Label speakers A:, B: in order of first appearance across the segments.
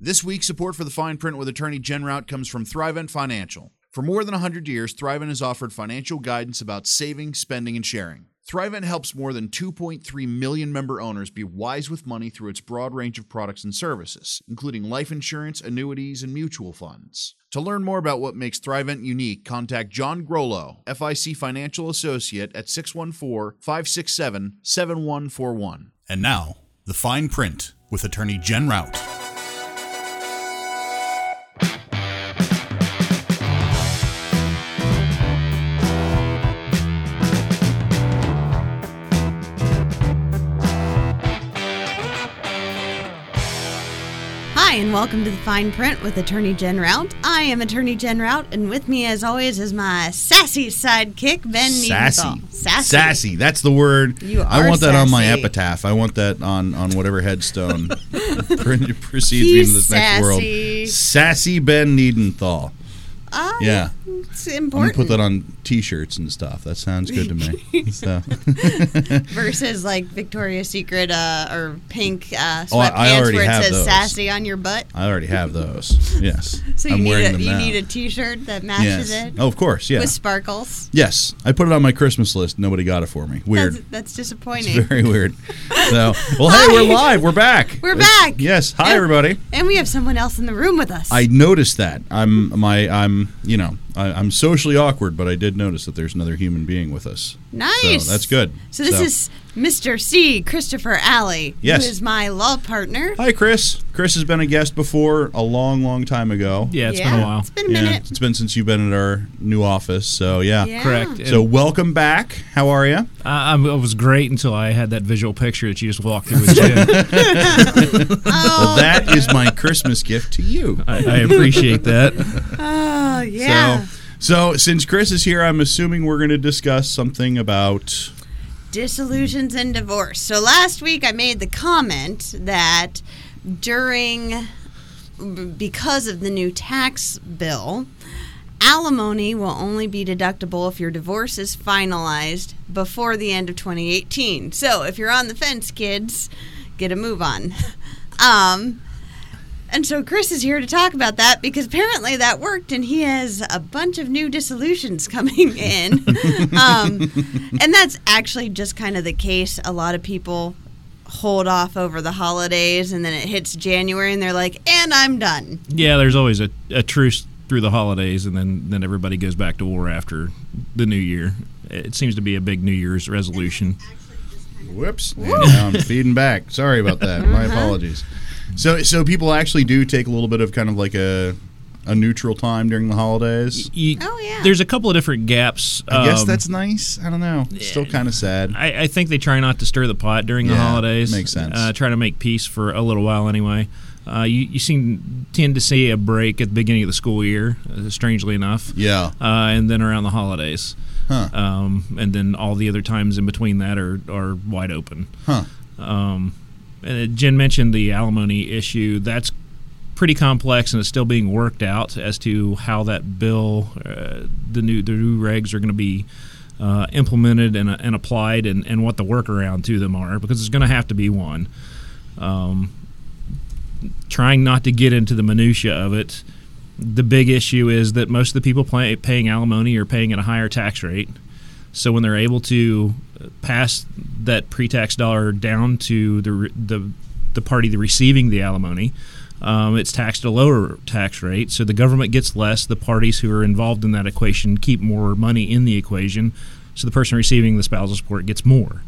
A: This week's support for the fine print with attorney Jen Rout comes from Thrivent Financial. For more than 100 years, Thrivent has offered financial guidance about saving, spending, and sharing. Thrivent helps more than 2.3 million member owners be wise with money through its broad range of products and services, including life insurance, annuities, and mutual funds. To learn more about what makes Thrivent unique, contact John Grollo, FIC Financial Associate at 614 567 7141. And now, the fine print with attorney Jen Rout.
B: Hi, and welcome to the Fine Print with Attorney Jen Rout. I am Attorney Jen Rout, and with me, as always, is my sassy sidekick, Ben
C: sassy.
B: Nieventhal.
C: sassy. That's the word.
B: You
C: I
B: are
C: want that on my
B: sassy.
C: epitaph. I want that on on whatever headstone pre- precedes me
B: He's
C: into this next
B: sassy.
C: world. Sassy Ben Needenthal.
B: Ah,
C: Yeah.
B: It's
C: I'm gonna
B: important.
C: put that on T-shirts and stuff. That sounds good to me. so,
B: Versus like Victoria's Secret uh, or pink uh, sweatpants
C: Oh, I- I already
B: where it
C: have
B: says
C: those.
B: sassy on your butt.
C: I already have those. Yes,
B: So you
C: I'm
B: need
C: wearing
B: a
C: them
B: you
C: now.
B: need a T-shirt that matches
C: yes.
B: it
C: Oh, of course. Yeah.
B: with sparkles.
C: yes, I put it on my Christmas list. Nobody got it for me. Weird.
B: That's, that's disappointing.
C: It's very weird. So, well, hey, we're
B: Hi.
C: live. We're back.
B: We're back.
C: Yes. Hi,
B: Yeah.
C: everybody.
B: and we have someone else in the room with us.
C: I noticed that. I'm my I'm you know I, I'm socially awkward, but I did notice that there's another human being with us.
B: Nice.
C: So that's good.
B: So this is Mr. C. Christopher Alley,
C: Yes.
B: who is my law partner.
D: Oh,
C: hi Chris. Chris has been a guest before a long, long time ago.
D: Yeah, it's
B: yeah,
D: been a while.
B: It's been a
C: Yeah,
B: minute.
C: it's been since you've been at our new office. So yeah.
B: Yeah.
D: Correct. And
C: So welcome back. How are you?
D: I, I was great until I had that visual picture that you just walked through with Jen.
B: Oh.
C: Well, that is my Christmas gift to you.
D: I, I appreciate that.
B: Oh yeah.
C: So so since Chris is here, I'm assuming we're going to discuss something about
B: Disillusions and divorce. So last week I made the comment that during because of the new tax bill, alimony will only be deductible if your divorce is finalized before the end of 2018. So if you're on the fence, kids, get a move on. Um, and so Chris is here to talk about that because apparently that worked, and he has a bunch of new dissolutions coming in. um, and that's actually just kind of the case. A lot of people hold off over the holidays, and then it hits January, and they're like, and I'm done.
D: Yeah, there's always a, a truce through the holidays, and then, then everybody goes back to war after the new year. It seems to be a big New Year's resolution.
C: Whoops! And now I'm feeding back. Sorry about that. My apologies. So, so people actually do take a little bit of kind of like a a neutral time during the holidays.
D: You-
B: Oh, yeah.
D: There's a couple of different gaps.
C: I guess
D: Um,
C: that's nice. I don't know. It's Still kind of sad.
D: I, I think they try not to stir the pot during the
C: Yeah,
D: holidays.
C: makes sense.
D: Uh, try to make peace for a little while anyway. Uh, you you seem tend to see a break at the beginning of the school year, uh, strangely enough.
C: Yeah.
D: uh, and then around the holidays.
C: Huh.
D: Um, and then all the other times in between that are, are wide open.
C: Huh.
D: Um, and uh, Jen mentioned the alimony issue. That's pretty complex and it's still being worked out as to how that bill, uh, the new the new regs are going to be uh, implemented and, and applied, and, and what the workaround to them are because it's going to have to be one. Um, trying not to get into the minutia of it. The big issue is that most of the people pay, paying alimony are paying at a higher tax rate. So when they're able to uh, pass that pre-tax dollar down to the re- the, the party that receiving the alimony, um, it's taxed at a lower tax rate. So the government gets less. The parties who are involved in that equation keep more money in the equation. So the person receiving the spousal support gets more.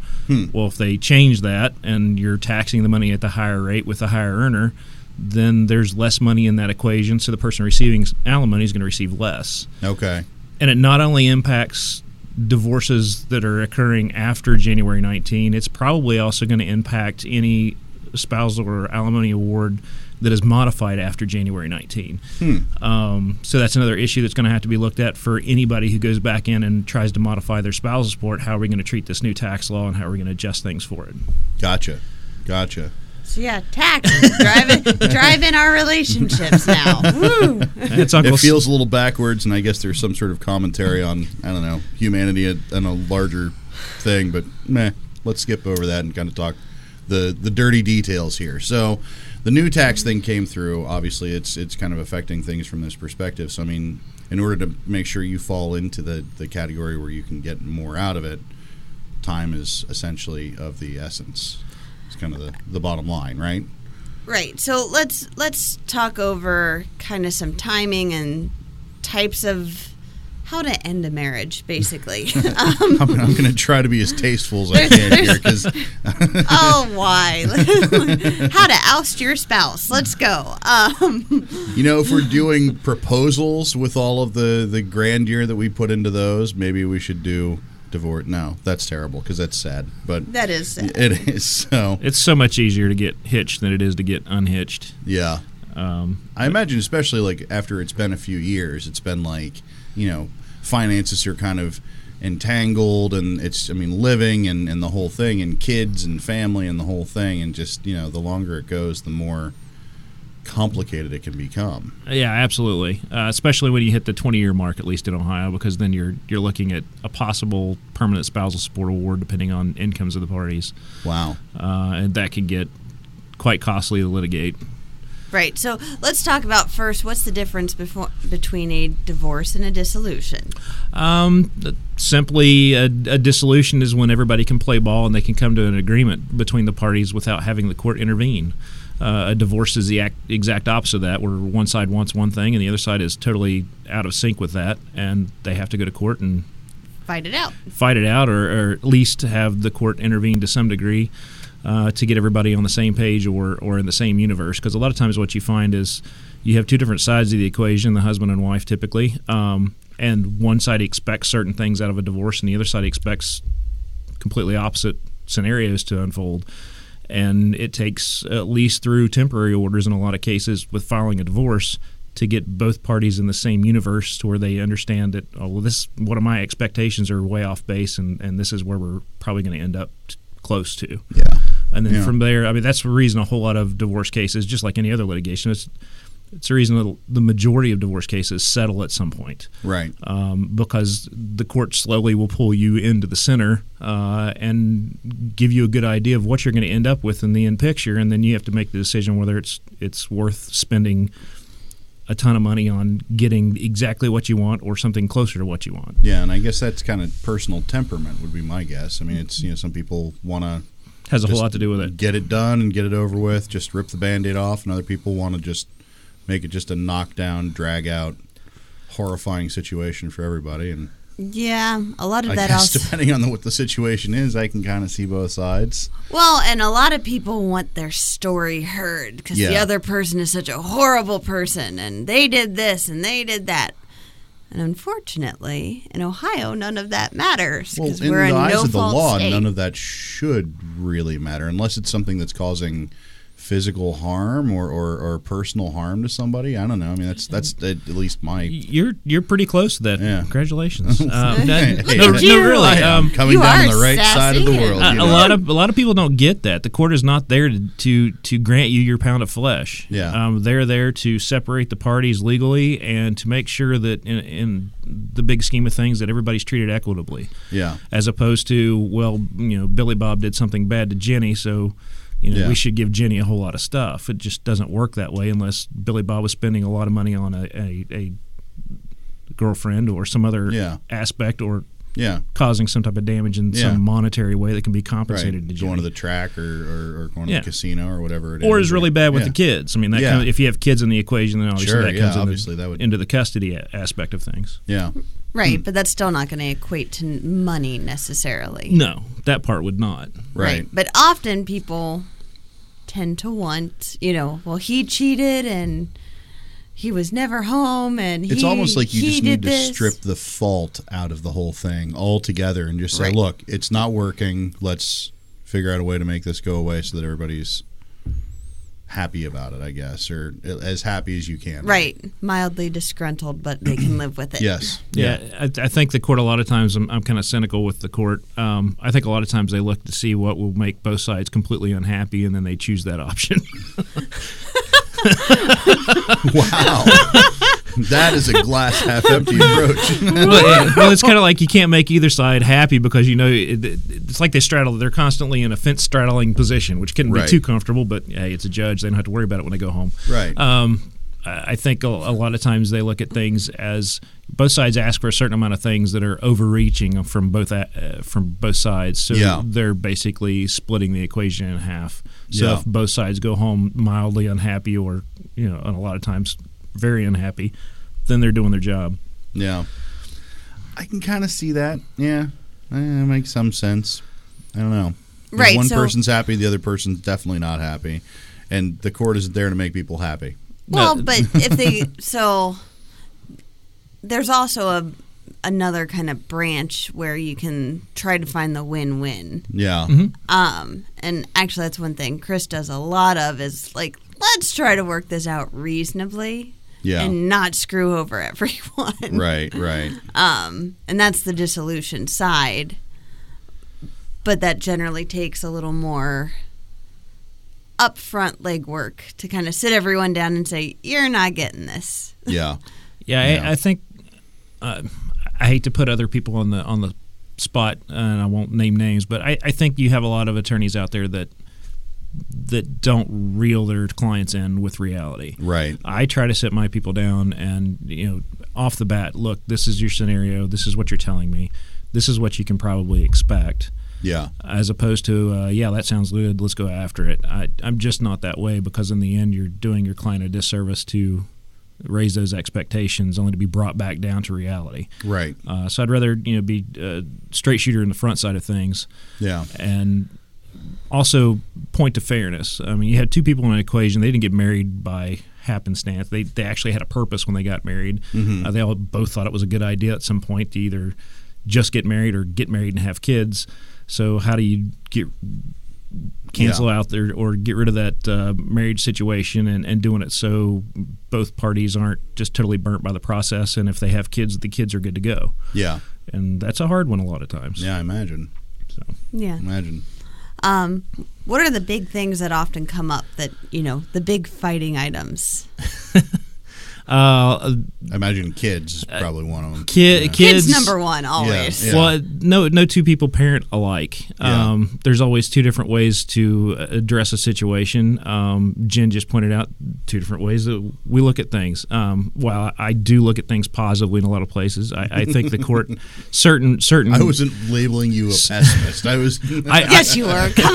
D: Well, if they change that and you're taxing the money at the higher rate with the higher earner, then there's less money in that equation. So the person receiving s- alimony is going to receive less
C: Okay.
D: and it not only impacts divorces that are occurring after January 19, it's probably also going to impact any spousal or alimony award that is modified after January 19.
C: Hmm.
D: Um, so that's another issue that's going to have to be looked at for anybody who goes back in and tries to modify their spousal support. How are we going to treat this new tax law and how are we going to adjust things for it?
C: Gotcha. Gotcha.
B: So yeah, taxes driving driving our relationships now. Woo.
D: It's
C: It
D: Uncle
C: feels a little backwards, and I guess there's some sort of commentary on I don't know humanity and and a larger thing. But meh, let's skip over that and kind of talk the the dirty details here. So the new tax thing came through. Obviously, it's it's kind of affecting things from this perspective. So I mean, in order to make sure you fall into the the category where you can get more out of it, time is essentially of the essence. It's kind of the the bottom line, right?
B: Right. So let's let's talk over kind of some timing and types of how to end a marriage, basically. um,
C: I'm, I'm going to try to be as tasteful as I can here because
B: oh, why? how to oust your spouse? Let's go. Um,
C: You know, if we're doing proposals with all of the the grandeur that we put into those, maybe we should do divorce. No, that's terrible because that's sad. But
B: that is sad.
C: it is so.
D: It's so much easier to get hitched than it is to get unhitched.
C: Yeah,
D: Um,
C: I imagine, especially like after it's been a few years, it's been like you know, finances are kind of entangled, and it's I mean, living and and the whole thing, and kids and family and the whole thing, and just you know, the longer it goes, the more complicated it can become.
D: yeah, absolutely. Uh, especially when you hit the 20 year mark, at least in Ohio, because then you're you're looking at a possible permanent spousal support award depending on incomes of the parties,
C: Wow.
D: uh, and that can get quite costly to litigate.
B: Right. So let's talk about first what's the difference before, between a divorce and a dissolution?
D: Um, simply, a, a dissolution is when everybody can play ball and they can come to an agreement between the parties without having the court intervene. Uh, a divorce is the act, exact opposite of that, where one side wants one thing and the other side is totally out of sync with that, and they have to go to court and
B: Fight it out.
D: fight it out, or, or at least have the court intervene to some degree uh, to get everybody on the same page or, or in the same universe. Because a lot of times, what you find is you have two different sides of the equation, the husband and wife typically, um, and one side expects certain things out of a divorce, and the other side expects completely opposite scenarios to unfold. And it takes at least through temporary orders in a lot of cases with filing a divorce to get both parties in the same universe to where they understand that, oh, well, this, what are my expectations are way off base, and, and this is where we're probably going to end up t- close to.
C: Yeah.
D: And then
C: Yeah.
D: from there, I mean, that's the reason a whole lot of divorce cases, just like any other litigation, it's, it's the reason that the majority of divorce cases settle at some point
C: Right.
D: um, because the court slowly will pull you into the center uh, and give you a good idea of what you're going to end up with in the end picture, and then you have to make the decision whether it's it's worth spending a ton of money on getting exactly what you want or something closer to what you want.
C: Yeah, and I guess that's kind of personal temperament would be my guess. I mean, it's you know some people want to
D: Has a whole lot to do with it.
C: get it done and get it over with, just rip the band-aid off, and other people want to just make it just a knockdown, drag out, horrifying situation for everybody. And
B: Yeah, a lot of
C: I
B: that
C: guess
B: also.
C: depending on the, what the situation is, I can kind of see both sides.
B: Well, and a lot of people want their story heard because the
C: Yeah.
B: other person is such a horrible person and they did this and they did that. And unfortunately, in Ohio, none of that matters
C: Well,
B: because
C: in
B: we're
C: the
B: a
C: eyes
B: no
C: of the
B: fault
C: law,
B: state.
C: none of that should really matter unless it's something that's causing physical harm or, or, or personal harm to somebody. I don't know. I mean, that's that's at least my.
D: You're you're pretty close to that.
C: Yeah.
D: Congratulations. um,
C: Hey,
D: that-
C: hey,
D: no,
C: hey.
D: no, really. Um,
C: coming
B: You
C: down on
B: are
C: the right side of the
B: sassy and-
C: world.
D: a,
C: you
D: Uh,
C: know?
D: a lot of a lot of people don't get that. The court is not there to to, to grant you your pound of flesh.
C: Yeah.
D: um, they're there to separate the parties legally and to make sure that in, in the big scheme of things that everybody's treated equitably,
C: Yeah.
D: as opposed to well, you know, Billy Bob did something bad to Jenny, so. You know,
C: Yeah.
D: we should give Jenny a whole lot of stuff. It just doesn't work that way unless Billy Bob was spending a lot of money on a, a, a girlfriend or some other
C: Yeah.
D: aspect or
C: Yeah.
D: causing some type of damage in
C: Yeah.
D: some monetary way that can be
C: Right.
D: compensated to
C: Going
D: Jenny.
C: to the track or, or, or going
D: Yeah.
C: to the casino or whatever it is.
D: or is really bad with
C: Yeah.
D: the kids. I mean, that
C: Yeah.
D: comes, if you have kids in the equation, then obviously
C: Sure,
D: that
C: yeah,
D: comes in the-
C: obviously that would-
D: into the custody a- aspect of things.
C: Yeah. Hmm.
B: right, but that's still not going to equate to n- money necessarily.
D: No, that part would not.
C: Mm. Right.
B: But often people tend to want, you know, well, he cheated and he was never home and
C: It's
B: he-
C: almost like you
B: he
C: just
B: did
C: need to
B: this.
C: strip the fault out of the whole thing altogether and just say,
B: Right.
C: look, it's not working. Let's figure out a way to make this go away so that everybody's happy about it, I guess, or as happy as you can. be.
B: Right. Mildly disgruntled, but they can live with it.
C: Yes.
D: Yeah, I, I think the court a lot of times I'm, I'm kind of cynical with the court. Um, I think a lot of times they look to see what will make both sides completely unhappy, and then they choose that option.
C: Wow. That is a glass half empty approach.
D: well, it- well, it's kind of like you can't make either side happy because you know it, it- it's like they straddle. They're constantly in a fence straddling position, which can
C: Right.
D: be too comfortable. But hey, it's a judge; they don't have to worry about it when they go home.
C: Right.
D: Um, I I think a, a lot of times they look at things as both sides ask for a certain amount of things that are overreaching from both a, uh, from both sides. So
C: Yeah.
D: they're basically splitting the equation in half. So
C: Yeah.
D: if both sides go home mildly unhappy, or you know, and a lot of times very unhappy, then they're doing their job.
C: yeah. I can kind of see that. Yeah. Eh, It makes some sense. I don't know. If
B: Right,
C: One
B: so-
C: person's happy, the other person's definitely not happy. And the court isn't there to make people happy.
B: Well,
D: No.
B: but if they so there's also a another kind of branch where you can try to find the win-win.
C: Yeah.
D: Mm-hmm.
B: Um, and actually, that's one thing Chris does a lot of is like, let's try to work this out reasonably
C: Yeah.
B: and not screw over everyone.
C: right, right.
B: Um, and that's the dissolution side. But that generally takes a little more upfront legwork to kind of sit everyone down and say, you're not getting this.
C: Yeah.
D: Yeah,
C: Yeah.
D: I, I think uh, I hate to put other people on the on the spot, and I won't name names, but I, I think you have a lot of attorneys out there that that don't reel their clients in with reality.
C: Right.
D: I try to sit my people down and you know off the bat, look, this is your scenario, this is what you're telling me, this is what you can probably expect
C: Yeah.
D: as opposed to uh, yeah that sounds good let's go after it I, i'm just not that way because in the end you're doing your client a disservice to raise those expectations only to be brought back down to reality
C: Right.
D: uh, so i'd rather you know be a straight shooter in the front side of things
C: Yeah.
D: and also point to fairness i mean you had two people in an equation they didn't get married by happenstance they, they actually had a purpose when they got married uh, they all both thought it was a good idea at some point to either just get married or get married and have kids so how do you get cancel out there or get rid of that uh, marriage situation and, and doing it so both parties aren't just totally burnt by the process and if they have kids the kids are good to go
C: Yeah.
D: and that's a hard one a lot of times
C: Yeah, I imagine.
D: so.
B: Yeah.
C: Imagine.
B: Um, what are the big things that often come up that, you know, the big fighting items?
D: Uh,
C: I imagine kids is probably one of them.
D: kid,
B: Kids,
D: Uh, kids,
B: number one, always.
C: Yeah.
D: Well, no, no two people parent alike.
C: Yeah.
D: Um, there's always two different ways to uh, address a situation. Um, Jen just pointed out two different ways that we look at things. Um, while I do look at things positively in a lot of places, I, I think the court certain certain.
C: I wasn't labeling you a pessimist. I was.
D: I- I-
B: Yes, you were. Come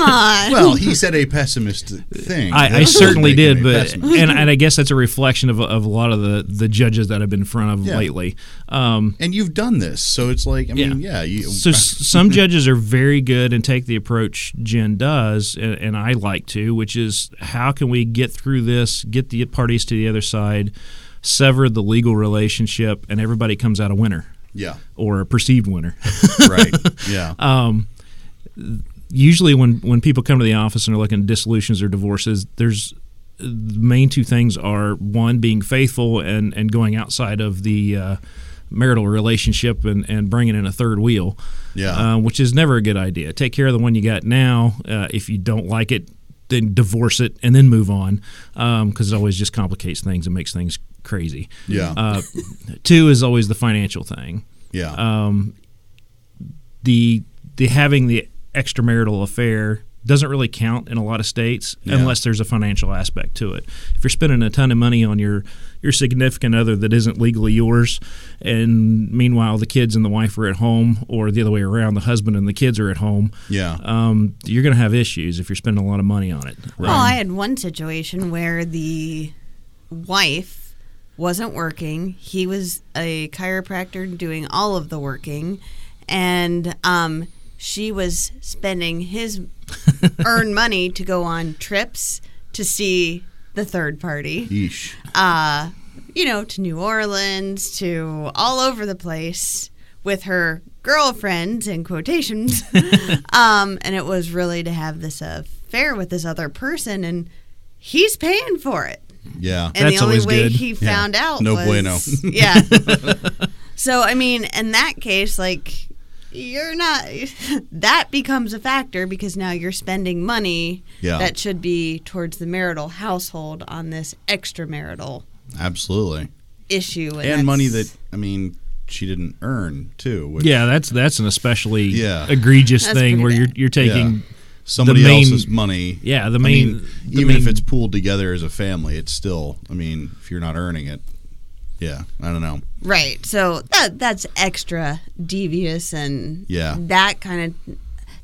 B: on.
C: well, he said a pessimist thing. That
D: I, I
C: doesn't
D: certainly
C: make him
D: did,
C: a
D: but
C: pessimist.
D: and, and I guess that's a reflection of, of a lot of the, the judges that I've been in front of
C: Yeah.
D: lately. Um,
C: and you've done this, so it's like I mean, yeah, you,
D: so s- some judges are very good and take the approach Jen does, and, and I like to, which is how can we get through this, get the parties to the other side, sever the legal relationship, and everybody comes out a winner
C: yeah,
D: or a perceived winner.
C: right, yeah,
D: Um, Usually, when when people come to the office and are looking at dissolutions or divorces, there's the main two things are one being faithful and and going outside of the. Uh, marital relationship and, and bringing in a third wheel
C: yeah,
D: uh, which is never a good idea. Take care of the one you got now. Uh, if you don't like it, then divorce it and then move on because it always just complicates things and makes things crazy.
C: Yeah.
D: Uh, two is always the financial thing.
C: yeah,
D: The the having the extramarital affair doesn't really count in a lot of states
C: Yeah.
D: unless there's a financial aspect to it. If you're spending a ton of money on your your significant other that isn't legally yours and meanwhile the kids and the wife are at home or the other way around the husband and the kids are at home,
C: yeah,
D: um, you're going to have issues if you're spending a lot of money on it.
B: Well, Oh, I had one situation where the wife wasn't working. He was a chiropractor doing all of the working, and um, she was spending his earned money to go on trips to see the third party
C: Yeesh.
B: uh, you know, to New Orleans, to all over the place with her girlfriends in quotations. um, and it was really to have this affair with this other person, and he's paying for it.
C: yeah,
B: And
D: That's
B: the only
D: always
B: way
D: good.
B: he found out
C: No
B: was,
C: bueno.
B: yeah. so I mean, in that case, like you're not that becomes a factor because now you're spending money
C: Yeah.
B: that should be towards the marital household on this extramarital
C: absolutely.
B: issue. And,
C: and money
B: that's-
C: that I mean she didn't earn too. Which
D: Yeah, that's that's an especially
C: Yeah.
D: egregious
B: That's
D: thing
B: pretty
D: where you're
B: bad.
D: you're taking.
C: somebody
D: the main-
C: else's money.
D: Yeah, the
C: I
D: main-
C: mean,
D: the
C: even if
D: main-
C: it's pooled together as a family, it's still. I mean, if you're not earning it, yeah, I don't know.
B: Right. So that that's extra devious and
C: Yeah.
B: that kind of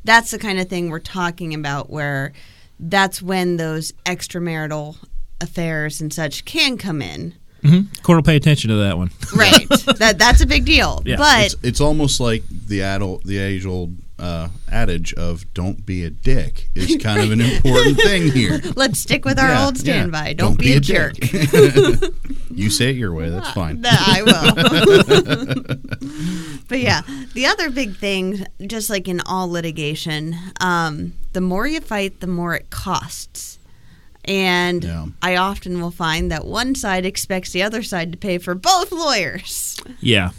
B: that's the kind of thing we're talking about where that's when those extramarital affairs and such can come in.
D: Court will hmm? pay attention to that one.
B: Right. that that's a big deal.
D: Yeah,
B: but
C: It's, it's almost like the adult, the age old uh, adage of "don't be a dick" is kind of an important thing here.
B: let's stick with our
C: Yeah,
B: old
C: yeah.
B: standby. Don't, be, a jerk. Ah,
C: dick. you say it your way. That's fine.
B: That I will. but yeah, the other big thing, just like in all litigation, um, the more you fight, the more it costs. And
C: Yeah.
B: I often will find that one side expects the other side to pay for both lawyers.
D: Yeah,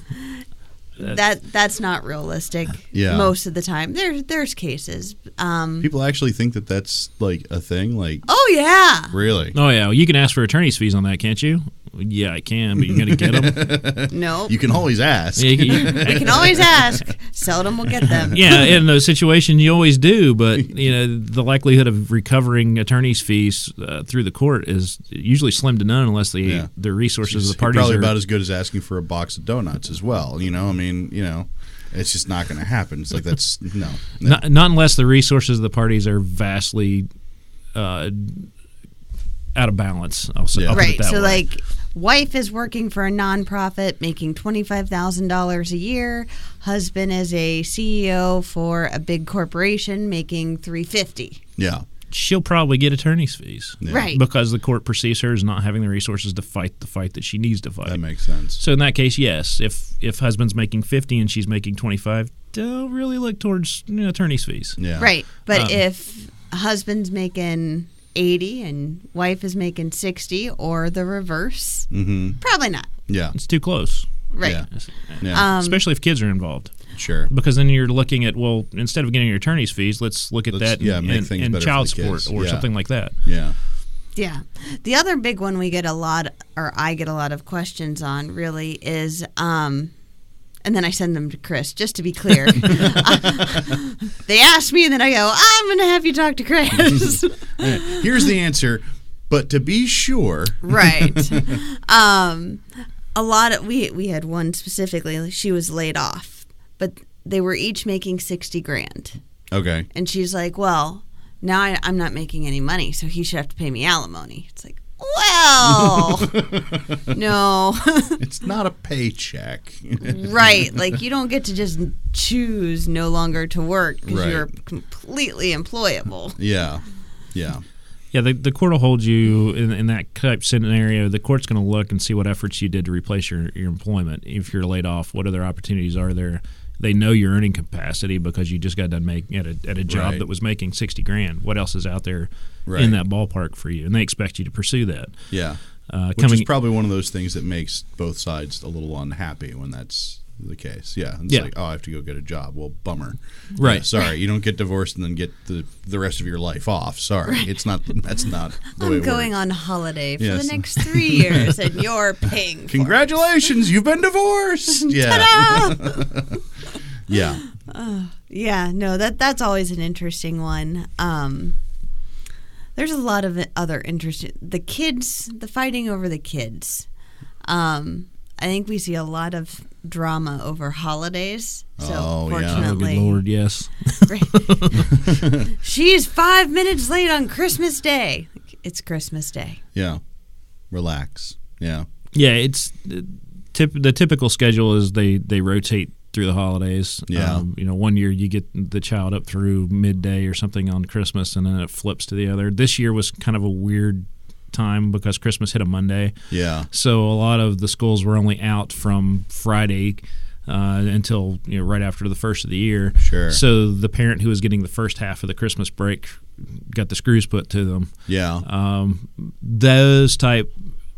B: That that's not realistic.
C: Yeah.
B: Most of the time, there's there's cases. Um,
C: People actually think that that's like a thing. Like,
B: oh yeah,
C: really?
D: Oh yeah, you can ask for attorney's fees on that, can't you? Yeah, I can, but you're gonna get them.
B: no.
C: You can always ask.
D: yeah, you can-
B: we can always ask. Seldom will get them.
D: yeah, in those situations, you always do, but you know the likelihood of recovering attorney's fees uh, through the court is usually slim to none, unless the
C: Yeah.
D: the resources of
C: It's
D: the parties
C: probably
D: are.
C: about as good as asking for a box of donuts as well. You know, I mean, you know, it's just not going to happen. It's like that's no, no.
D: not, not unless the resources of the parties are vastly uh, out of balance. I'll say,
C: Yeah.
D: I'll put it
B: right
D: that
B: so
D: way.
B: like wife is working for a nonprofit making $25000 a year husband is a ceo for a big corporation making 350
C: yeah,
D: she'll probably get attorney's fees,
C: Yeah.
B: right
D: because the court perceives her as not having the resources to fight the fight that she needs to fight.
C: that makes sense.
D: So in that case, yes. If if husband's making fifty and she's making twenty five, don't really look towards you know, attorney's fees.
C: Yeah,
B: right but
D: Um,
B: if husband's making 80 and wife is making 60 or the reverse
C: Mm-hmm.
B: probably not
C: Yeah,
D: It's too close,
B: right
C: Yeah. yeah,
B: Um,
D: especially if kids are involved,
C: sure.
D: because then you're looking at well, instead of getting your attorney's fees, let's look at
C: Let's-
D: that
C: yeah,
D: in,
C: make
D: in-
C: things
D: in
C: better for
D: child
C: the
D: support
C: kids.
D: or
C: Yeah.
D: something like that.
C: Yeah,
B: Yeah. The other big one we get a lot, or I get a lot of questions on, really is, um, and then I send them to Chris, just to be clear. they ask me, and then I go, I'm going to have you talk to Chris.
C: here's the answer. But to be sure,
B: right. Um, a lot of, we, we had one specifically, she was laid off, but they were each making 60 grand.
C: okay,
B: And she's like, well, now I, I'm not making any money, so he should have to pay me alimony. It's like, well, no.
C: it's not a paycheck.
B: right. Like, you don't get to just choose no longer to work because
C: Right.
B: you're completely employable.
C: yeah, yeah,
D: Yeah, the, the court will hold you in, in that type scenario. The court's going to look and see what efforts you did to replace your, your employment. If you're laid off, what other opportunities are there? They know your earning capacity because you just got done making at a, at a job
C: Right.
D: that was making sixty grand. What else is out there
C: Right.
D: in that ballpark for you? And they expect you to pursue that.
C: yeah.
D: Uh,
C: Which
D: coming,
C: is probably one of those things that makes both sides a little unhappy when that's the case. Yeah. It's
D: Yeah.
C: like, oh, I have to go get a job. Well, bummer.
D: Right.
C: Yeah, sorry, you don't get divorced and then get the, the rest of your life off. Sorry. It's not that's not the way
B: I'm
C: it
B: going
C: works.
B: on holiday for
C: Yes.
B: the next three years, and you're paying. for it.
C: Congratulations, you've been divorced. Yeah.
B: Ta-da!
C: Yeah.
B: yeah, no, that that's always an interesting one. Um, there's a lot of other interesting the kids, the fighting over the kids. Um, I think we see a lot of drama over holidays. So
C: Oh, yeah.
D: oh,
B: fortunately,
D: good lord, yes.
B: She's five minutes late on Christmas Day. It's Christmas Day.
C: Yeah. Relax. Yeah.
D: Yeah, it's uh, tip, the typical schedule is they they rotate through the holidays. Um,
C: Yeah.
D: you know, one year you get the child up through midday or something on Christmas, and then it flips to the other. This year was kind of a weird time because Christmas hit a Monday,
C: Yeah.
D: so a lot of the schools were only out from Friday. Uh, until you know, right after the first of the year,
C: Sure.
D: So the parent who was getting the first half of the Christmas break got the screws put to them
C: Yeah.
D: um, those type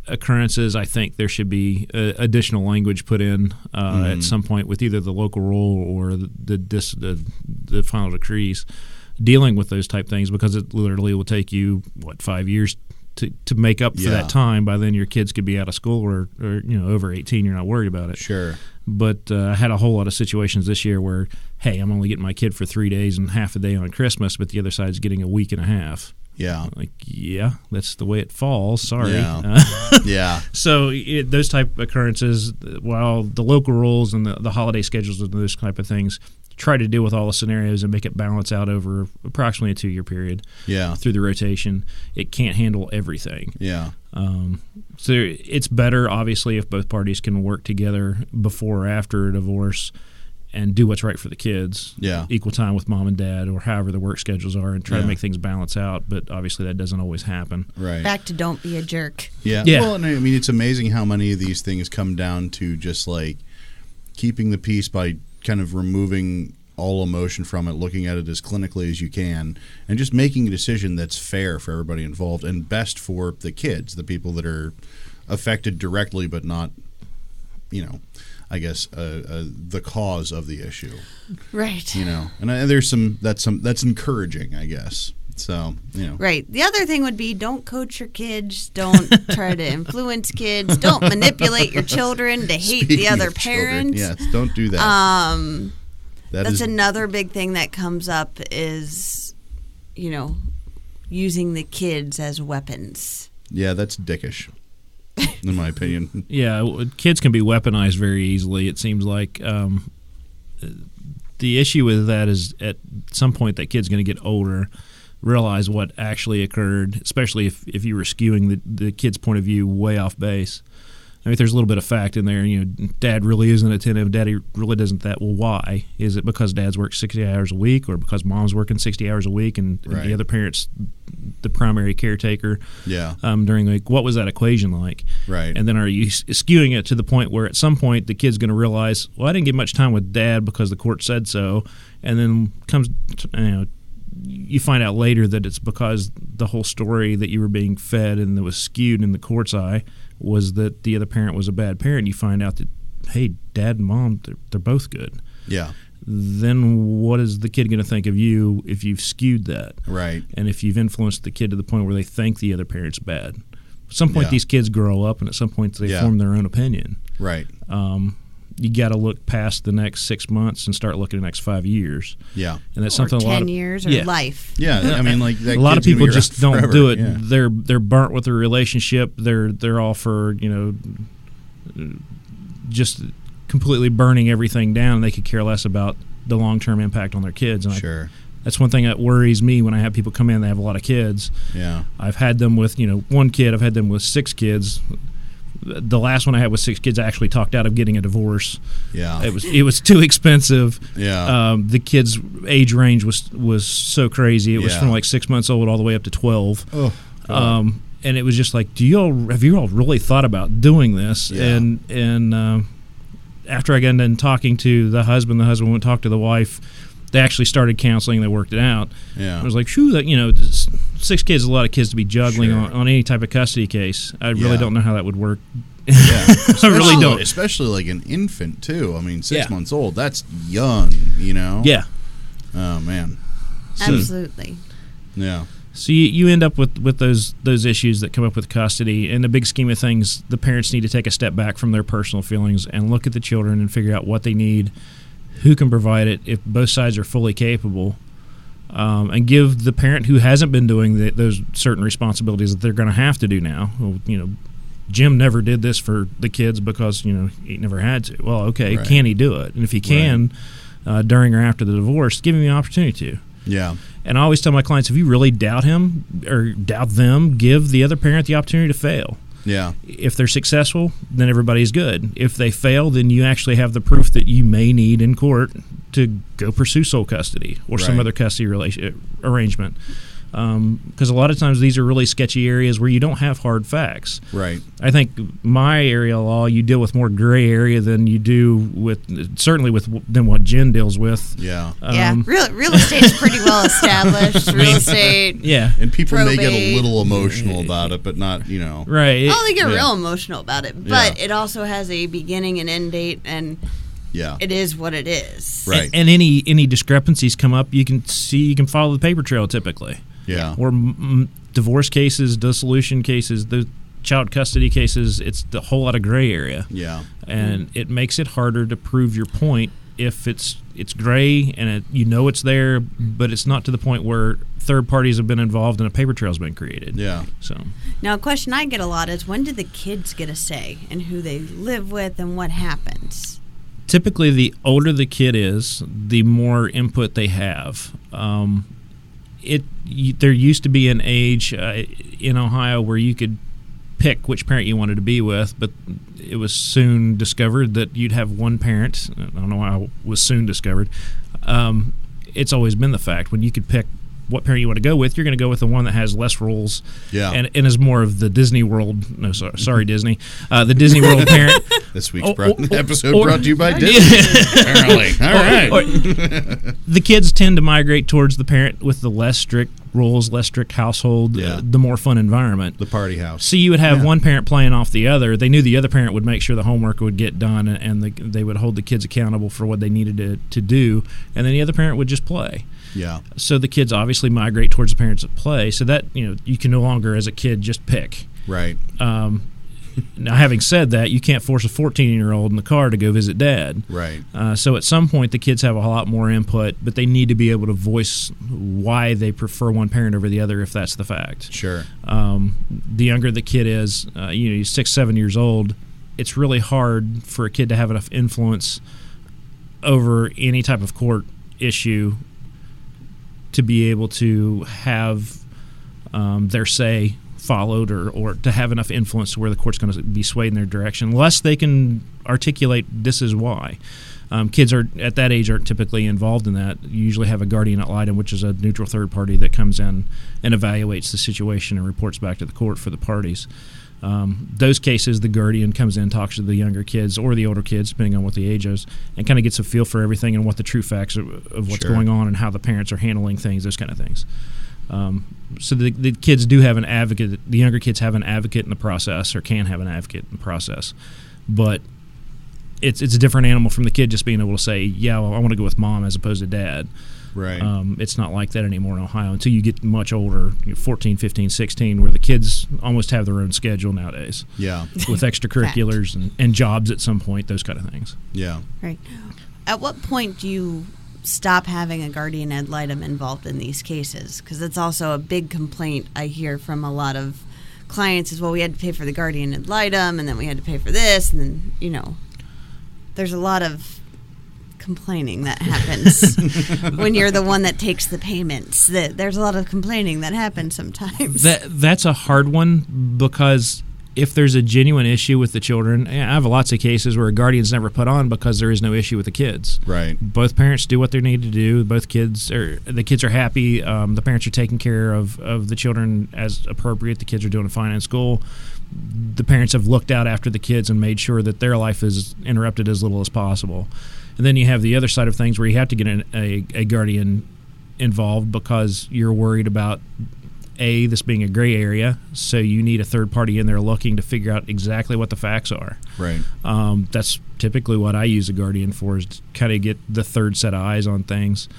D: occurrences i think there should be uh, additional language put in uh,
C: Mm-hmm.
D: at some point with either the local rule or the the, dis, the the final decrees dealing with those type things because it literally will take you what five years to, to make up for
C: Yeah.
D: that time. By then, your kids could be out of school or, or you know over eighteen. You're not worried about it.
C: Sure.
D: But uh, I had a whole lot of situations this year where, hey, I'm only getting my kid for three days and half a day on Christmas, but the other side's getting a week and a half.
C: Yeah.
D: Like, yeah, that's the way it falls. Sorry.
C: Yeah.
D: Uh,
C: Yeah.
D: so it, those type of occurrences, while the local rules and the, the holiday schedules and those type of things try to deal with all the scenarios and make it balance out over approximately a two-year period
C: Yeah.
D: through the rotation, it can't handle everything.
C: Yeah.
D: Um, so it's better, obviously, if both parties can work together before or after a divorce and do what's right for the kids.
C: Yeah.
D: Equal time with mom and dad, or however the work schedules are, and try
C: Yeah.
D: to make things balance out. But obviously, that doesn't always happen.
C: Right.
B: Back to don't be a jerk.
C: Yeah.
D: Yeah.
C: Well, and I mean, it's amazing how many of these things come down to just like keeping the peace by kind of removing all emotion from it, looking at it as clinically as you can, and just making a decision that's fair for everybody involved and best for the kids, the people that are affected directly, but not, you know, I guess uh, uh, the cause of the issue.
B: Right.
C: You know, and I, there's some that's some that's encouraging, I guess. So you know,
B: Right. The other thing would be don't coach your kids. Don't try to influence kids. Don't manipulate your children to hate the
C: Speaking
B: other
C: of children,
B: parents.
C: yes, don't do that.
B: Um,
C: That
B: that's
C: is-
B: another big thing that comes up is, you know, using the kids as weapons.
C: Yeah, that's dickish, in my opinion.
D: Yeah, w- kids can be weaponized very easily. It seems like um, the issue with that is at some point that kid's going to get older, realize what actually occurred, especially if, if you were skewing the, the kid's point of view way off base. I mean, if there's a little bit of fact in there, you know, dad really isn't attentive, daddy really doesn't that. Well, why? Is it because dad's worked 60 hours a week or because mom's working 60 hours a week and, and
C: Right.
D: the other parent's the primary caretaker?
C: Yeah,
D: um, during like what was that equation like
C: Right.
D: and then are you s- skewing it to the point where at some point the kid's going to realize well i didn't get much time with dad because the court said so and then comes t- you know you find out later that it's because the whole story that you were being fed and that was skewed in the court's eye was that the other parent was a bad parent you find out that hey dad and mom they're, they're both good
C: yeah,
D: then what is the kid going to think of you if you've skewed that
C: right.
D: and if you've influenced the kid to the point where they think the other parent's bad. At some point,
C: Yeah.
D: these kids grow up, and at some point, they
C: Yeah.
D: form their own opinion.
C: Right.
D: Um, you got to look past the next six months and start looking at the next five years,
C: Yeah.
D: and that's
B: Or
D: something a lot
B: ten
D: of
B: years or
D: yeah.
B: life.
C: Yeah. I mean, like that
D: a lot of
C: kid's gonna
D: people
C: be
D: just
C: around
D: don't
C: forever.
D: do it.
C: Yeah.
D: They're they're burnt with their relationship. They're they're all for you know, just completely burning everything down. And they could care less about the long term impact on their kids. And I-
C: Sure.
D: that's one thing that worries me when I have people come in. They have a lot of kids.
C: Yeah.
D: I've had them with you know one kid. I've had them with six kids. The last one I had with six kids I actually talked out of getting a divorce.
C: Yeah.
D: It was it was too expensive.
C: yeah.
D: Um, the kids' age range was was so crazy. It was
C: Yeah.
D: from like six months old all the way up to twelve.
C: oh.
D: Um, and it was just like, do you all have you all really thought about doing this?
C: Yeah.
D: And and um after I got done talking to the husband, the husband went and talked to the wife. They actually started counseling. They worked it out.
C: Yeah.
D: I was like, phew, that, you know, s- six kids is a lot of kids to be juggling
C: Sure.
D: on, on any type of custody case. I really
C: Yeah.
D: don't know how that would work.
C: yeah.
D: I really
C: Especially-
D: don't.
C: Especially like an infant too. I mean, six
D: Yeah.
C: months old. That's young. You know.
D: Yeah.
C: Oh man.
D: Hmm.
B: Absolutely.
C: Yeah.
D: So you, you end up with, with those those issues that come up with custody. In the big scheme of things, the parents need to take a step back from their personal feelings and look at the children and figure out what they need, who can provide it, if both sides are fully capable, um, and give the parent who hasn't been doing the, those certain responsibilities that they're going to have to do now. Well, you know, Jim never did this for the kids because you know he never had to. Well, okay,
C: Right.
D: can he do it? And if he can, uh, during or after the divorce, give him the opportunity to.
C: Yeah.
D: And I always tell my clients if you really doubt him or doubt them, give the other parent the opportunity to fail.
C: Yeah.
D: If they're successful, then everybody's good. If they fail, then you actually have the proof that you may need in court to go pursue sole custody or some
C: Right.
D: other custody relation, uh, arrangement. Because a lot of times these are really sketchy areas where you don't have hard facts.
C: Right.
D: I think my area of law, you deal with more gray area than you do with, certainly with than what Jen deals with.
C: Yeah.
B: yeah.
D: Um,
B: Real real estate's pretty well established. Real estate.
D: Yeah.
C: And people may get a
B: Probate.
C: little emotional about it, but not you know.
D: Right.
B: Oh, they get
C: Yeah.
B: real emotional about it, but it also has a beginning and end date, and
C: Yeah.
B: it is what it is.
C: Right.
D: and any any discrepancies come up, you can see you can follow the paper trail typically,
C: Yeah.
D: or m- m- divorce cases, dissolution cases, the child custody cases, it's the whole lot of gray area,
C: Yeah.
D: and
C: Mm-hmm.
D: it makes it harder to prove your point if it's it's gray and it, you know it's there, but it's not to the point where third parties have been involved and a paper trail's been created.
C: Yeah.
D: So
B: Now, a question I get a lot is when do the kids get a say and who they live with and what happens?
D: typically the older the kid is, the more input they have. Um, it y- there used to be an age uh, in Ohio where you could pick which parent you wanted to be with, but it was soon discovered that you'd have one parent. I don't know why it was soon discovered. Um, it's always been the fact when you could pick what parent you want to go with, you're going to go with the one that has less rules
C: Yeah.
D: and, and is more of the Disney World. No, sorry, sorry Disney, uh, the Disney World parent.
C: This week's
D: Oh,
C: bro-
D: oh, oh, oh,
C: episode
D: or-
C: brought to you by Disney. apparently. All right.
D: Or- the kids tend to migrate towards the parent with the less strict rules, less strict household,
C: Yeah.
D: uh, the more fun environment.
C: the party house.
D: So you would have
C: Yeah.
D: one parent playing off the other. They knew the other parent would make sure the homework would get done, and the, they would hold the kids accountable for what they needed to, to do, and then the other parent would just play.
C: Yeah.
D: So the kids obviously migrate towards the parents that play. So that you know you can no longer as a kid just pick.
C: Right.
D: Now, having said that, you can't force a 14 year old in the car to go visit dad.
C: Right.
D: Uh, so at some point, the kids have a lot more input, but they need to be able to voice why they prefer one parent over the other if that's the fact.
C: Sure.
D: Um, the younger the kid is, uh, you know, he's six, seven years old, it's really hard for a kid to have enough influence over any type of court issue to be able to have um, their say followed or, or to have enough influence to where the court's going to be swayed in their direction unless they can articulate this is why um, kids are at that age aren't typically involved in that you usually have a guardian ad litem which is a neutral third party that comes in and evaluates the situation and reports back to the court for the parties um, those cases the guardian comes in talks to the younger kids or the older kids depending on what the age is and kind of gets a feel for everything and what the true facts of, of what's
C: Sure.
D: going on and how the parents are handling things those kind of things um, so the, the kids do have an advocate. The younger kids have an advocate in the process, or can have an advocate in the process. But it's it's a different animal from the kid just being able to say, "Yeah, well, I want to go with mom" as opposed to dad.
C: Right.
D: Um, it's not like that anymore in Ohio until you get much older, you know, 14, 15, 16, where the kids almost have their own schedule nowadays
C: yeah.
D: with extracurriculars and, and jobs at some point, those kind of things.
C: Yeah.
B: Right. At what point do you stop having a guardian ad litem involved in these cases? Because that's also a big complaint I hear from a lot of clients is, well, we had to pay for the guardian ad litem and then we had to pay for this. And then, you know, there's a lot of complaining that happens when you're the one that takes the payments. That There's a lot of complaining that happens sometimes.
D: That that's a hard one because if there's a genuine issue with the children, and I have lots of cases where a guardian's never put on because there is no issue with the kids.
C: Right.
D: Both parents do what they need to do. Both kids are the kids are happy. Um, the parents are taking care of of the children as appropriate. The kids are doing fine in school. The parents have looked out after the kids and made sure that their life is interrupted as little as possible. And then you have the other side of things where you have to get an, a, a guardian involved because you're worried about a this being a gray area so you need a third party in there looking to figure out exactly what the facts are
C: Right.
D: um, that's typically what i use a guardian for is to kind of get the third set of eyes on things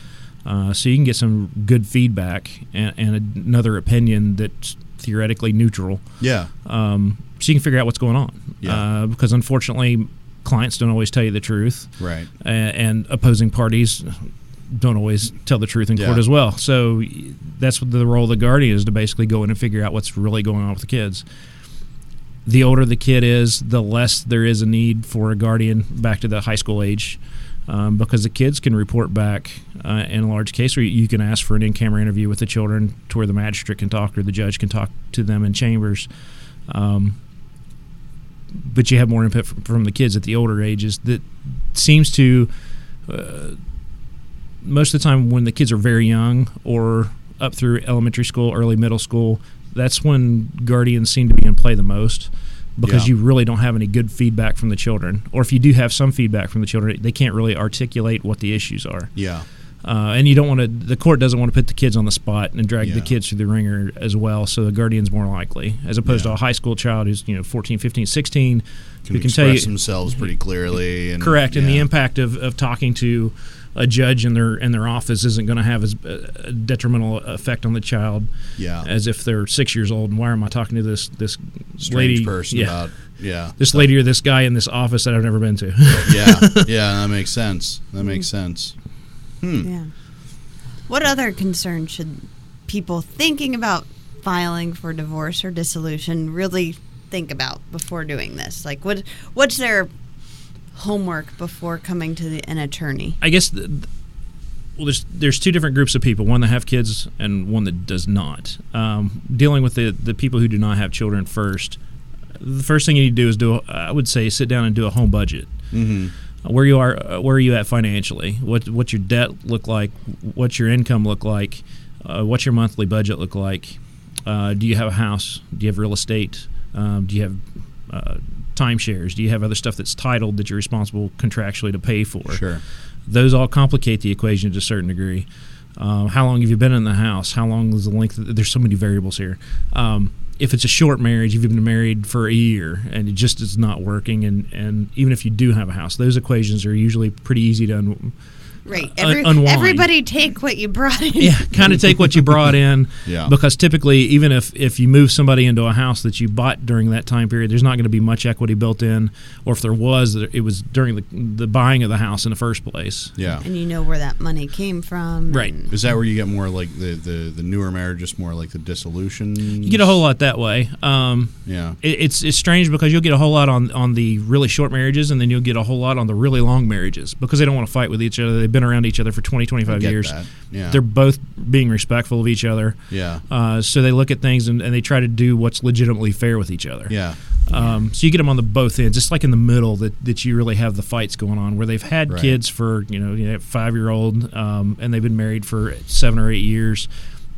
D: uh, so you can get some good feedback and, and another opinion that's theoretically neutral
C: Yeah.
D: um, so you can figure out what's going on
C: Yeah.
D: uh, because unfortunately clients don't always tell you the truth
C: Right.
D: a- and opposing parties don't always tell the truth in court
C: Yeah.
D: as well. So y- that's what the role of the guardian is to basically go in and figure out what's really going on with the kids. The older the kid is, the less there is a need for a guardian back to the high school age. Um, because the kids can report back uh, in a large case, or you can ask for an in-camera interview with the children, to where the magistrate can talk or the judge can talk to them in chambers. Um, but you have more input from, from the kids at the older ages. That seems to uh, most of the time when the kids are very young or up through elementary school, early middle school, that's when guardians seem to be in play the most because
C: Yeah.
D: you really don't have any good feedback from the children. Or if you do have some feedback from the children, they can't really articulate what the issues are.
C: Yeah.
D: Uh, and you don't want to. The court doesn't want to put the kids on the spot and drag
C: Yeah.
D: the kids through the ringer as well. So the guardian's more likely, as opposed to a high school child who's you know 14, 15, 16,
C: Can
D: who can tell
C: express
D: you
C: themselves pretty clearly. And,
D: correct and the
C: yeah.
D: impact of, of talking to a judge in their in their office isn't going to have as uh, detrimental effect on the child
C: Yeah.
D: as if they're six years old and why am i talking to this this
C: strange
D: lady
C: person
D: yeah,
C: about yeah
D: this lady or this guy in this office that i've never been to
C: yeah yeah that makes sense that makes
D: Mm-hmm.
C: sense
B: Yeah. What other concerns should people thinking about filing for divorce or dissolution really think about before doing this? Like, what what's their homework before coming to the, an attorney?
D: i guess the, well there's there's two different groups of people one that have kids and one that does not um, dealing with the the people who do not have children first the first thing you need to do is do a, i would say sit down and do a home budget
C: mm-hmm.
D: where you are uh, where are you at financially what what's your debt look like what's your income look like uh, what's your monthly budget look like uh, do you have a house do you have real estate um, do you have uh, timeshares do you have other stuff that's titled that you're responsible contractually to pay for
C: sure
D: those all complicate the equation to a certain degree um, how long have you been in the house how long is the length of, there's so many variables here um, if it's a short marriage you've been married for a year and it just is not working and, and even if you do have a house those equations are usually pretty easy to un-
B: Right.
D: Un- Uh, unwind.
B: everybody take what you brought in.
D: yeah kind of take what you brought in
C: Yeah.
D: because typically even if if you move somebody into a house that you bought during that time period there's not going to be much equity built in or if there was it was during the, the buying of the house in the first place
C: yeah
B: And you know where that money came from.
D: Right.
B: and-
C: is that where you get more like the the, the newer marriages more like the dissolution
D: you get a whole lot that way um,
C: yeah
D: it, it's it's strange because you'll get a whole lot on on the really short marriages and then you'll get a whole lot on the really long marriages because they don't want to fight with each other they've been around each other for 20 25
C: get
D: years
C: that. yeah
D: they're both being respectful of each other
C: yeah
D: uh, so they look at things and, and they try to do what's legitimately fair with each other
C: yeah
D: um, so you get them on the both ends it's like in the middle that, that you really have the fights going on where they've had
C: Right.
D: kids for you know, you know five year old um, and they've been married for seven or eight years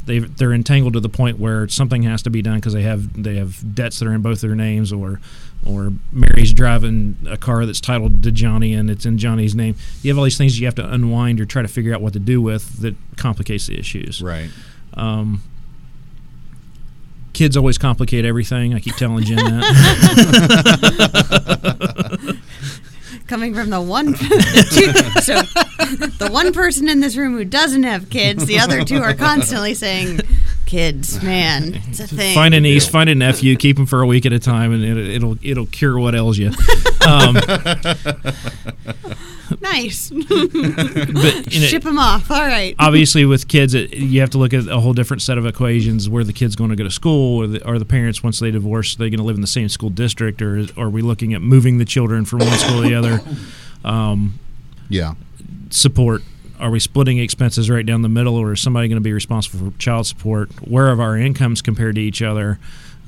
D: They've, they're entangled to the point where something has to be done because they have they have debts that are in both their names or or Mary's driving a car that's titled to Johnny and it's in Johnny's name. You have all these things you have to unwind or try to figure out what to do with that complicates the issues
C: right
D: um, kids always complicate everything. I keep telling Jen that.
B: coming from the one the two, so the one person in this room who doesn't have kids the other two are constantly saying kids man it's a thing
D: find a niece, find a nephew, keep them for a week at a time, and it, it'll it'll cure what ails you. Um,
B: nice
D: but you know,
B: ship them off all right
D: obviously with kids it, you have to look at a whole different set of equations where the kids going to go to school or the, are the parents once they divorce are they going to live in the same school district or, is, are we looking at moving the children from one school to the other um,
C: yeah
D: support are we splitting expenses right down the middle or is somebody going to be responsible for child support where are our incomes compared to each other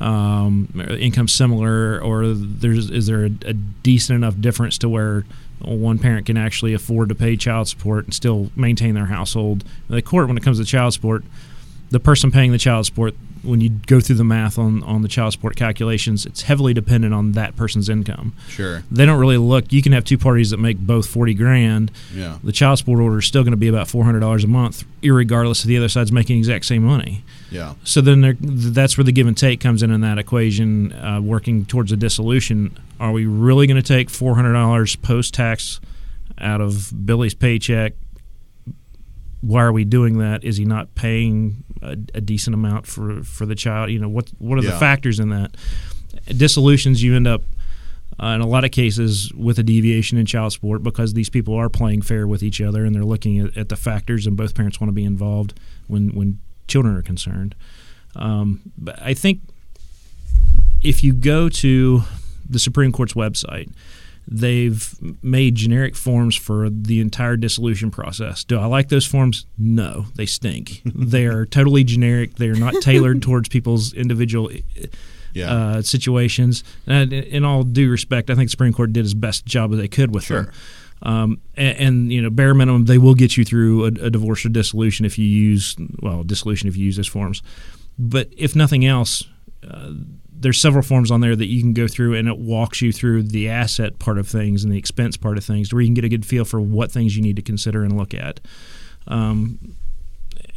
D: um, are income similar or there's is there a, a decent enough difference to where one parent can actually afford to pay child support and still maintain their household the court when it comes to child support the person paying the child support when you go through the math on, on the child support calculations it's heavily dependent on that person's income
C: sure
D: they don't really look you can have two parties that make both 40 grand
C: yeah
D: the child support order is still going to be about four hundred dollars a month, irregardless of the other side's making exact same money.
C: yeah
D: So then there, that's where the give and take comes in in that equation, uh, working towards a dissolution. Are we really going to take four hundred dollars post tax out of Billy's paycheck? Why are we doing that? Is he not paying a, a decent amount for for the child? You know what what are
C: Yeah.
D: the factors in that? Dissolutions, you end up uh, in a lot of cases with a deviation in child support because these people are playing fair with each other and they're looking at, at the factors and both parents want to be involved when when children are concerned. Um, but I think if you go to the Supreme Court's website, they've made generic forms for the entire dissolution process. Do I like those forms? No, they stink. they are totally generic. They're not tailored towards people's individual
C: yeah
D: uh, situations. And in all due respect, I think the Supreme Court did as best job as they could with
C: Sure.
D: them. Um, and, and you know, bare minimum, they will get you through a, a divorce or dissolution if you use well dissolution if you use those forms. But if nothing else, uh, there's several forms on there that you can go through, and it walks you through the asset part of things and the expense part of things, where you can get a good feel for what things you need to consider and look at. Um,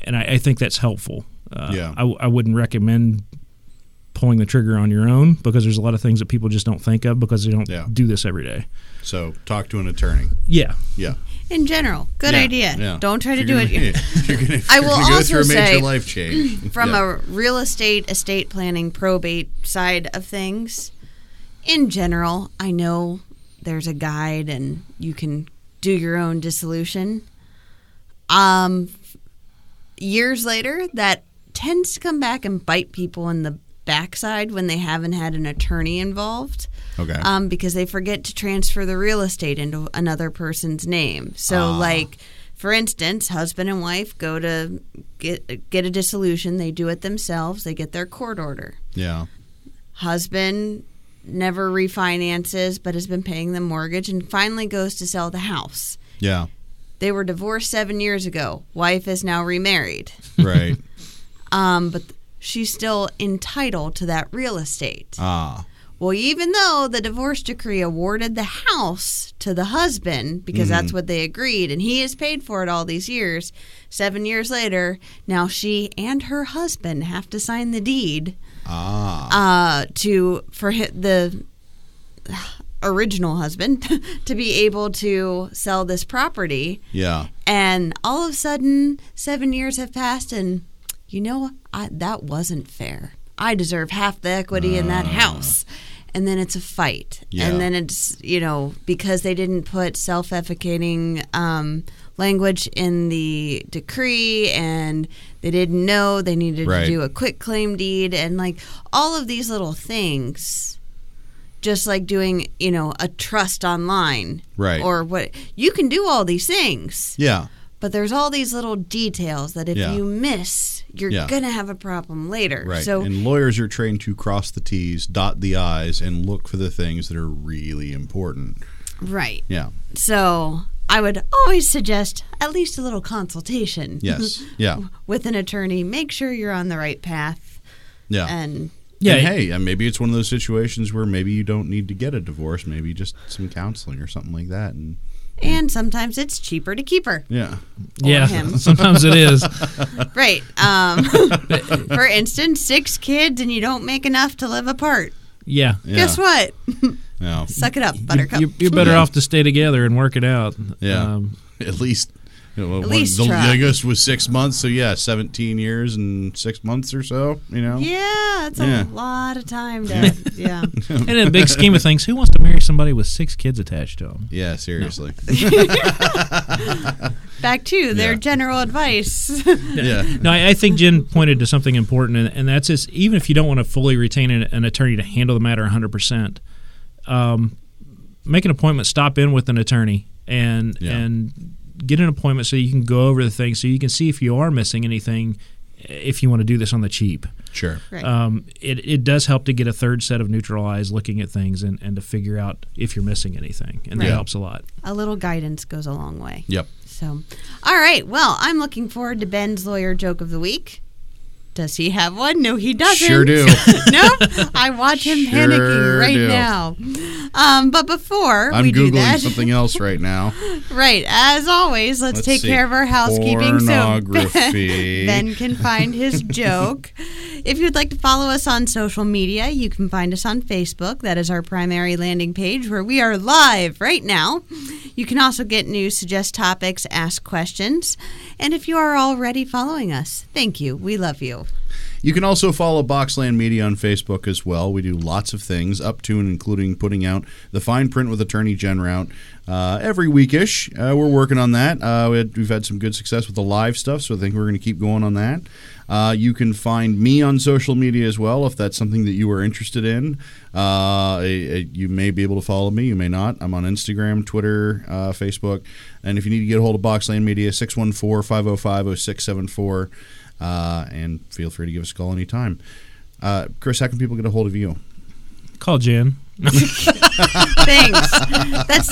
D: and I, I think that's helpful. Uh,
C: Yeah.
D: I, w- I wouldn't recommend pulling the trigger on your own because there's a lot of things that people just don't think of because they don't
C: Yeah.
D: do this every day.
C: So talk to an attorney.
D: Yeah.
C: Yeah.
B: In general, good
D: Yeah,
B: idea.
C: Yeah.
B: Don't try to
C: If
B: do
C: you're
B: it.
C: gonna- if you're gonna, if
B: I
C: you're
B: will
C: gonna go
B: also
C: through a major
B: say,
C: life change
B: from
C: yeah.
B: a real estate, estate planning, probate side of things, in general, I know there's a guide and you can do your own dissolution. Um, years later, that tends to come back and bite people in the backside when they haven't had an attorney involved.
C: Okay.
B: Um, because they forget to transfer the real estate into another person's name. So, like, for instance, husband and wife go to get get a dissolution. They do it themselves. They get their court order.
C: yeah.
B: Husband never refinances, but has been paying the mortgage, and finally goes to sell the house.
C: Yeah.
B: They were divorced seven years ago. Wife is now remarried,
C: Right.
B: um, but she's still entitled to that real estate.
C: ah.
B: Well, even though the divorce decree awarded the house to the husband, because that's what they agreed, and he has paid for it all these years, seven years later, now she and her husband have to sign the deed
C: Ah.
B: uh, to for hi- the original husband to be able to sell this property.
C: Yeah.
B: And all of a sudden, seven years have passed, and you know, I, that wasn't fair. I deserve half the equity in that house. And then it's a fight.
C: Ah. Yeah.
B: And then it's, you know, because they didn't put self efficating um, language in the decree and they didn't know they needed
C: Right.
B: to do a quick claim deed and like all of these little things. Just like doing, you know, a trust online.
C: Right.
B: Or what you can do all these things.
C: Yeah.
B: But there's all these little details that if
C: Yeah.
B: you miss, you're
C: Yeah.
B: gonna have a problem later.
C: Right.
B: So
C: and lawyers are trained to cross the T's, dot the I's, and look for the things that are really important.
B: right.
C: Yeah.
B: So I would always suggest at least a little consultation.
C: Yes. Yeah.
B: with an attorney, make sure you're on the right path.
C: Yeah.
B: And
D: Yeah.
C: And hey, and maybe it's one of those situations where maybe you don't need to get a divorce, maybe just some counseling or something like that. And
B: and sometimes it's cheaper to keep her.
C: yeah.
D: yeah.
B: him.
D: Sometimes it is.
B: Right. Um, for instance, six kids and you don't make enough to live apart.
D: Yeah.
C: Yeah.
B: Guess what?
C: Yeah.
B: Suck it up, Buttercup.
D: You're, you're better
C: Yeah.
D: off to stay together and work it out.
C: Yeah.
D: Um,
C: At least. You know, one-
B: least
C: the
B: try.
C: youngest was six months, so yeah, seventeen years and six months or so. You know,
B: yeah, it's a
C: Yeah.
B: lot of time to yeah.
D: and in the big scheme of things, who wants to marry somebody with six kids attached to them?
C: yeah, seriously,
B: Back to their
C: Yeah.
B: general advice.
C: yeah,
D: No, I, I think Jen pointed to something important, and, and that's is even if you don't want to fully retain an, an attorney to handle the matter 100%, um, make an appointment, stop in with an attorney, and
C: Yeah.
D: and get an appointment so you can go over the things so you can see if you are missing anything if you want to do this on the cheap.
C: sure,
B: Right.
D: Um, it, it does help to get a third set of neutral eyes looking at things and, and to figure out if you're missing anything, and
C: Right.
D: that helps a lot.
B: a little guidance goes a long way.
C: yep.
B: So, all right. Well, I'm looking forward to Ben's lawyer joke of the week. Does he have one? No, he doesn't.
C: Sure do.
B: nope. I watch him
C: Sure
B: panicking right
C: do.
B: now. Um, but before
C: I'm
B: we do
C: googling
B: that,
C: something else right now.
B: right? As always, let's,
C: Let's
B: take
C: see.
B: care of our housekeeping. So
C: Pornography.
B: Ben can find his joke. If you'd like to follow us on social media, you can find us on Facebook. That is our primary landing page where we are live right now. You can also get news, suggest topics, ask questions. And if you are already following us, thank you. We love you.
C: You can also follow Boxland Media on Facebook as well. We do lots of things, up to and including putting out the fine print with Attorney Gen Route uh, every weekish. Uh, we're working on that. Uh, we had, we've had some good success with the live stuff, so I think we're going to keep going on that. Uh, you can find me on social media as well if that's something that you are interested in. Uh, eh, eh, you may be able to follow me, you may not. I'm on Instagram, Twitter, uh, Facebook. And if you need to get a hold of Boxland Media, 614 505 0674 uh, and feel free to give us a call anytime. Uh, Chris, how can people get a hold of you?
D: Call Jen.
B: Thanks. That's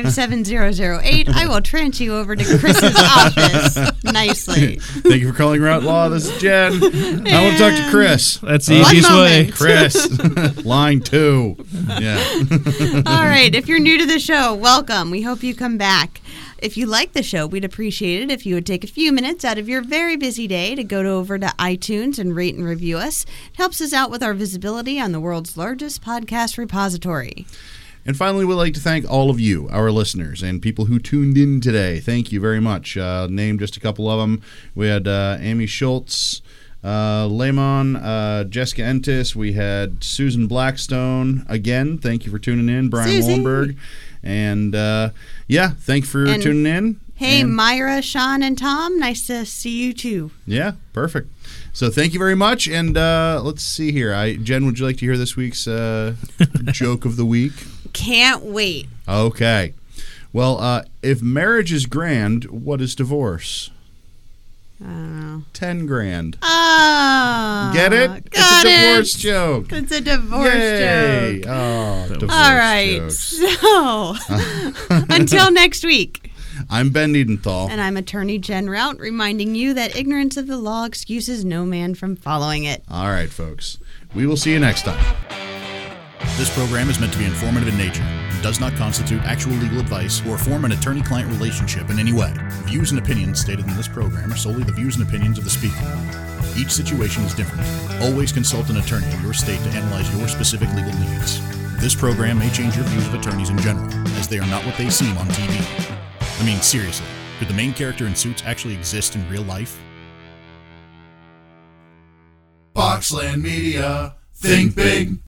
B: 614-475-7008. I will trance you over to Chris's office nicely.
C: Thank you for calling Route Law. This is Jen. I want to talk to Chris. Uh,
D: That's the
B: One
D: easiest way.
B: moment.
C: Chris, line two. Yeah.
B: All right. If you're new to the show, welcome. We hope you come back. If you like the show, we'd appreciate it if you would take a few minutes out of your very busy day to go to over to iTunes and rate and review us. It helps us out with our visibility on the world's largest podcast repository.
C: And finally, we'd like to thank all of you, our listeners, and people who tuned in today. Thank you very much. Uh, name just a couple of them. We had uh, Amy Schultz, uh, Lemon, uh, Jessica Entis. We had Susan Blackstone. Again, thank you for tuning in, Brian
B: Susie.
C: Wallenberg. And uh, yeah, thank you for
B: And-
C: tuning in.
B: Hey,
C: And-
B: Myra, Sean, and Tom, nice to see you too.
C: yeah, perfect. So thank you very much. And uh, let's see here. I Jen, would you like to hear this week's uh, joke of the week?
B: Can't wait.
C: Okay. Well, uh, if marriage is grand, what is divorce?
B: I don't know.
C: Ten grand.
B: Oh,
C: Get it?
B: Got
C: it's a
B: it.
C: divorce joke.
B: It's a divorce
C: Yay.
B: joke.
C: Oh, divorce
B: All right.
C: jokes.
B: So until next week.
C: I'm Ben Edenthal.
B: And I'm Attorney Jen Rout, reminding you that ignorance of the law excuses no man from following it.
C: All right, folks. We will see you next time.
A: This program is meant to be informative in nature and does not constitute actual legal advice or form an attorney client relationship in any way. Views and opinions stated in this program are solely the views and opinions of the speaker. Each situation is different. Always consult an attorney in your state to analyze your specific legal needs. This program may change your views of attorneys in general, as they are not what they seem on TV. I mean, seriously, could the main character in Suits actually exist in real life? Boxland Media. Think big.